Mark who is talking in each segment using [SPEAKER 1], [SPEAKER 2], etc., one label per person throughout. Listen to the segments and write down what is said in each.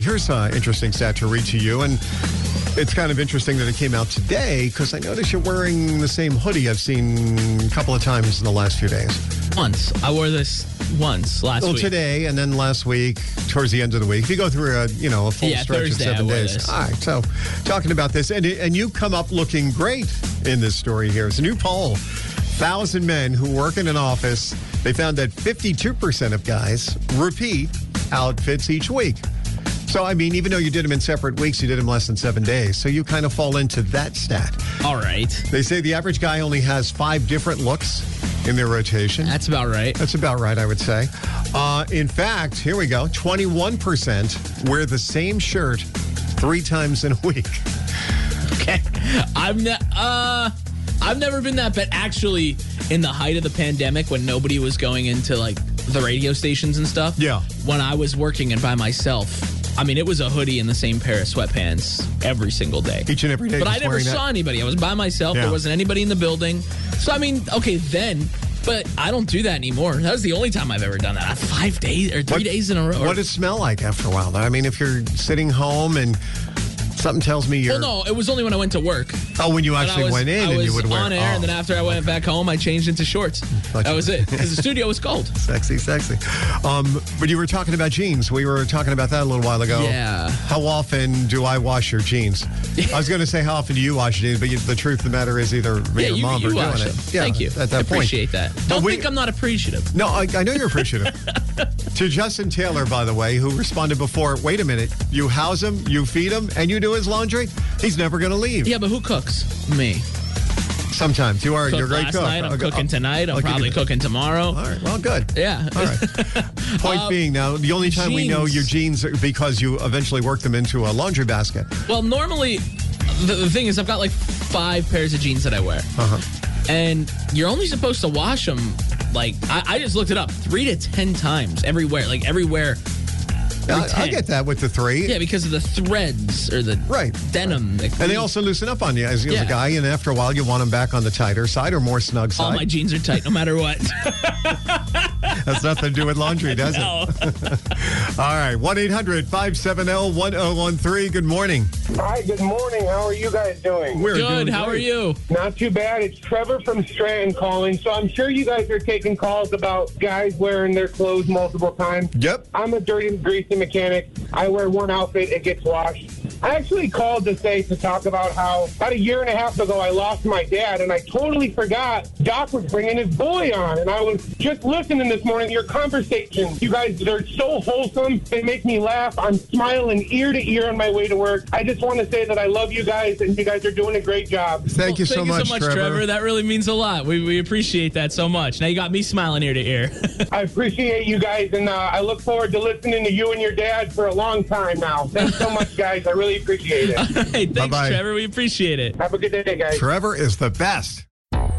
[SPEAKER 1] Here's an interesting stat to read to you. And it's kind of interesting that it came out today because I noticed you're wearing the same hoodie I've seen a couple of times in the last few days.
[SPEAKER 2] Once. I wore this once last
[SPEAKER 1] well,
[SPEAKER 2] week.
[SPEAKER 1] Oh, today and then last week, towards the end of the week. If you go through a you know a full
[SPEAKER 2] Yeah,
[SPEAKER 1] stretch
[SPEAKER 2] Thursday
[SPEAKER 1] of seven
[SPEAKER 2] I wore
[SPEAKER 1] days.
[SPEAKER 2] this.
[SPEAKER 1] All right. So talking about this, and and you come up looking great in this story here. It's a new poll. Thousand men who work in an office, they found that 52% of guys repeat outfits each week. So, I mean, even though you did them in separate weeks, you did them less than seven days. So you kind of fall into that stat.
[SPEAKER 2] All right.
[SPEAKER 1] They say the average guy only has five different looks in their rotation.
[SPEAKER 2] That's about right.
[SPEAKER 1] That's about right, I would say. Uh, in fact, here we go 21% wear the same shirt three times in a week.
[SPEAKER 2] Okay. I'm ne- uh I've never been that but actually in the height of the pandemic when nobody was going into like the radio stations and stuff.
[SPEAKER 1] Yeah.
[SPEAKER 2] When I was working and by myself. I mean, it was a hoodie and the same pair of sweatpants every single day.
[SPEAKER 1] Each and every day,
[SPEAKER 2] But
[SPEAKER 1] just
[SPEAKER 2] I never
[SPEAKER 1] wearing that.
[SPEAKER 2] saw anybody. I was by myself.
[SPEAKER 1] Yeah.
[SPEAKER 2] There wasn't anybody in the building. So, I mean, okay, then, but I don't do that anymore. That was the only time I've ever done that. Five days or three days in a row. or-
[SPEAKER 1] What does it smell like after a while, though? I mean, if you're sitting home and something tells me you're.
[SPEAKER 2] well, no, it was only when I went to work.
[SPEAKER 1] Oh, when you
[SPEAKER 2] But
[SPEAKER 1] actually
[SPEAKER 2] I was,
[SPEAKER 1] went in
[SPEAKER 2] I
[SPEAKER 1] and
[SPEAKER 2] was
[SPEAKER 1] you would wear
[SPEAKER 2] on air,
[SPEAKER 1] oh,
[SPEAKER 2] and then after I went back home, I changed into shorts.
[SPEAKER 1] Thought
[SPEAKER 2] That
[SPEAKER 1] you-
[SPEAKER 2] was it because the studio was cold.
[SPEAKER 1] Sexy, sexy. Um, but you were talking about jeans. We were talking about that a little while ago.
[SPEAKER 2] Yeah.
[SPEAKER 1] How often do I wash your jeans? I was going to say how often do you wash jeans, but you, the truth of the matter is either me
[SPEAKER 2] yeah,
[SPEAKER 1] or
[SPEAKER 2] you,
[SPEAKER 1] mom
[SPEAKER 2] you
[SPEAKER 1] are doing
[SPEAKER 2] watched
[SPEAKER 1] it.
[SPEAKER 2] it.
[SPEAKER 1] Yeah,
[SPEAKER 2] Thank you.
[SPEAKER 1] At that
[SPEAKER 2] I
[SPEAKER 1] point.
[SPEAKER 2] appreciate that. Don't
[SPEAKER 1] we-
[SPEAKER 2] think I'm not appreciative.
[SPEAKER 1] No, I, I know you're appreciative. to Justin Taylor, by the way, who responded before, wait a minute, you house him, you feed him, and you do his laundry? He's never going to leave.
[SPEAKER 2] Yeah, but who cooks? Me.
[SPEAKER 1] Sometimes you are.
[SPEAKER 2] Cooked
[SPEAKER 1] you're a great
[SPEAKER 2] last
[SPEAKER 1] cook.
[SPEAKER 2] night. I'm
[SPEAKER 1] I'll go-
[SPEAKER 2] cooking tonight. I'm
[SPEAKER 1] I'll give you
[SPEAKER 2] probably
[SPEAKER 1] that.
[SPEAKER 2] cooking tomorrow.
[SPEAKER 1] All right. Well, good.
[SPEAKER 2] Yeah. Um,
[SPEAKER 1] All right. Point being, now the only time we know
[SPEAKER 2] jeans.
[SPEAKER 1] your jeans are because you eventually work them into a laundry basket.
[SPEAKER 2] Well, normally, the, the thing is, I've got like five pairs of jeans that I wear,
[SPEAKER 1] Uh-huh.
[SPEAKER 2] and you're only supposed to wash them. Like I, I just looked it up, three to ten times everywhere. Like everywhere.
[SPEAKER 1] I, I
[SPEAKER 2] ten.
[SPEAKER 1] get that with the three.
[SPEAKER 2] Yeah, because of the threads or the
[SPEAKER 1] Right.
[SPEAKER 2] denim. that-
[SPEAKER 1] And they also loosen up on you as, as
[SPEAKER 2] Yeah.
[SPEAKER 1] a guy, and after a while, you want them back on the tighter side or more snug
[SPEAKER 2] all
[SPEAKER 1] side.
[SPEAKER 2] Oh, my jeans are tight no matter what.
[SPEAKER 1] That's nothing to do with laundry, does it? All
[SPEAKER 2] No.
[SPEAKER 1] right, 1 800 570 1013. Good morning.
[SPEAKER 3] Hi, good morning. How are you guys doing?
[SPEAKER 1] We're
[SPEAKER 2] Good.
[SPEAKER 1] doing
[SPEAKER 2] How are
[SPEAKER 1] great.
[SPEAKER 2] you?
[SPEAKER 3] Not too bad. It's Trevor from Stratton calling. So I'm sure you guys are taking calls about guys wearing their clothes multiple times.
[SPEAKER 1] Yep.
[SPEAKER 3] I'm a dirty, greasy mechanic. I wear one outfit, it gets washed. I actually called to say to talk about how about a year and a half ago I lost my dad and I totally forgot Doc was bringing his boy on and I was just listening this morning to your conversations. You guys, they're so wholesome. They make me laugh. I'm smiling ear to ear on my way to work. I just want to say that I love you guys and you guys are doing a great job.
[SPEAKER 1] Thank you
[SPEAKER 2] Well,
[SPEAKER 1] so much,
[SPEAKER 2] Trevor. That really means a lot. We, we appreciate that so much. Now you got me smiling ear to ear.
[SPEAKER 3] I appreciate you guys, and uh, I look forward to listening to you and your dad for a long time now. Thanks so much, guys. I really appreciate it.
[SPEAKER 2] hey, thanks,
[SPEAKER 1] Bye-bye.
[SPEAKER 2] Trevor. We appreciate it.
[SPEAKER 3] Have a good day, guys.
[SPEAKER 1] Trevor is the best.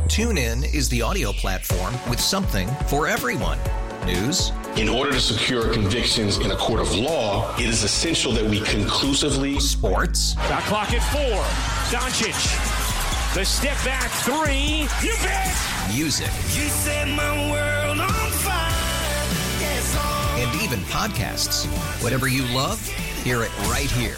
[SPEAKER 4] TuneIn is the audio platform with something for everyone. News.
[SPEAKER 5] In order to secure convictions in a court of law, it is essential that we conclusively.
[SPEAKER 4] Sports.
[SPEAKER 6] Shot clock at four. Doncic. The step back three. You bet.
[SPEAKER 4] Music.
[SPEAKER 7] You set my world on fire. Yes, oh.
[SPEAKER 4] and even podcasts. Whatever you love, hear it right here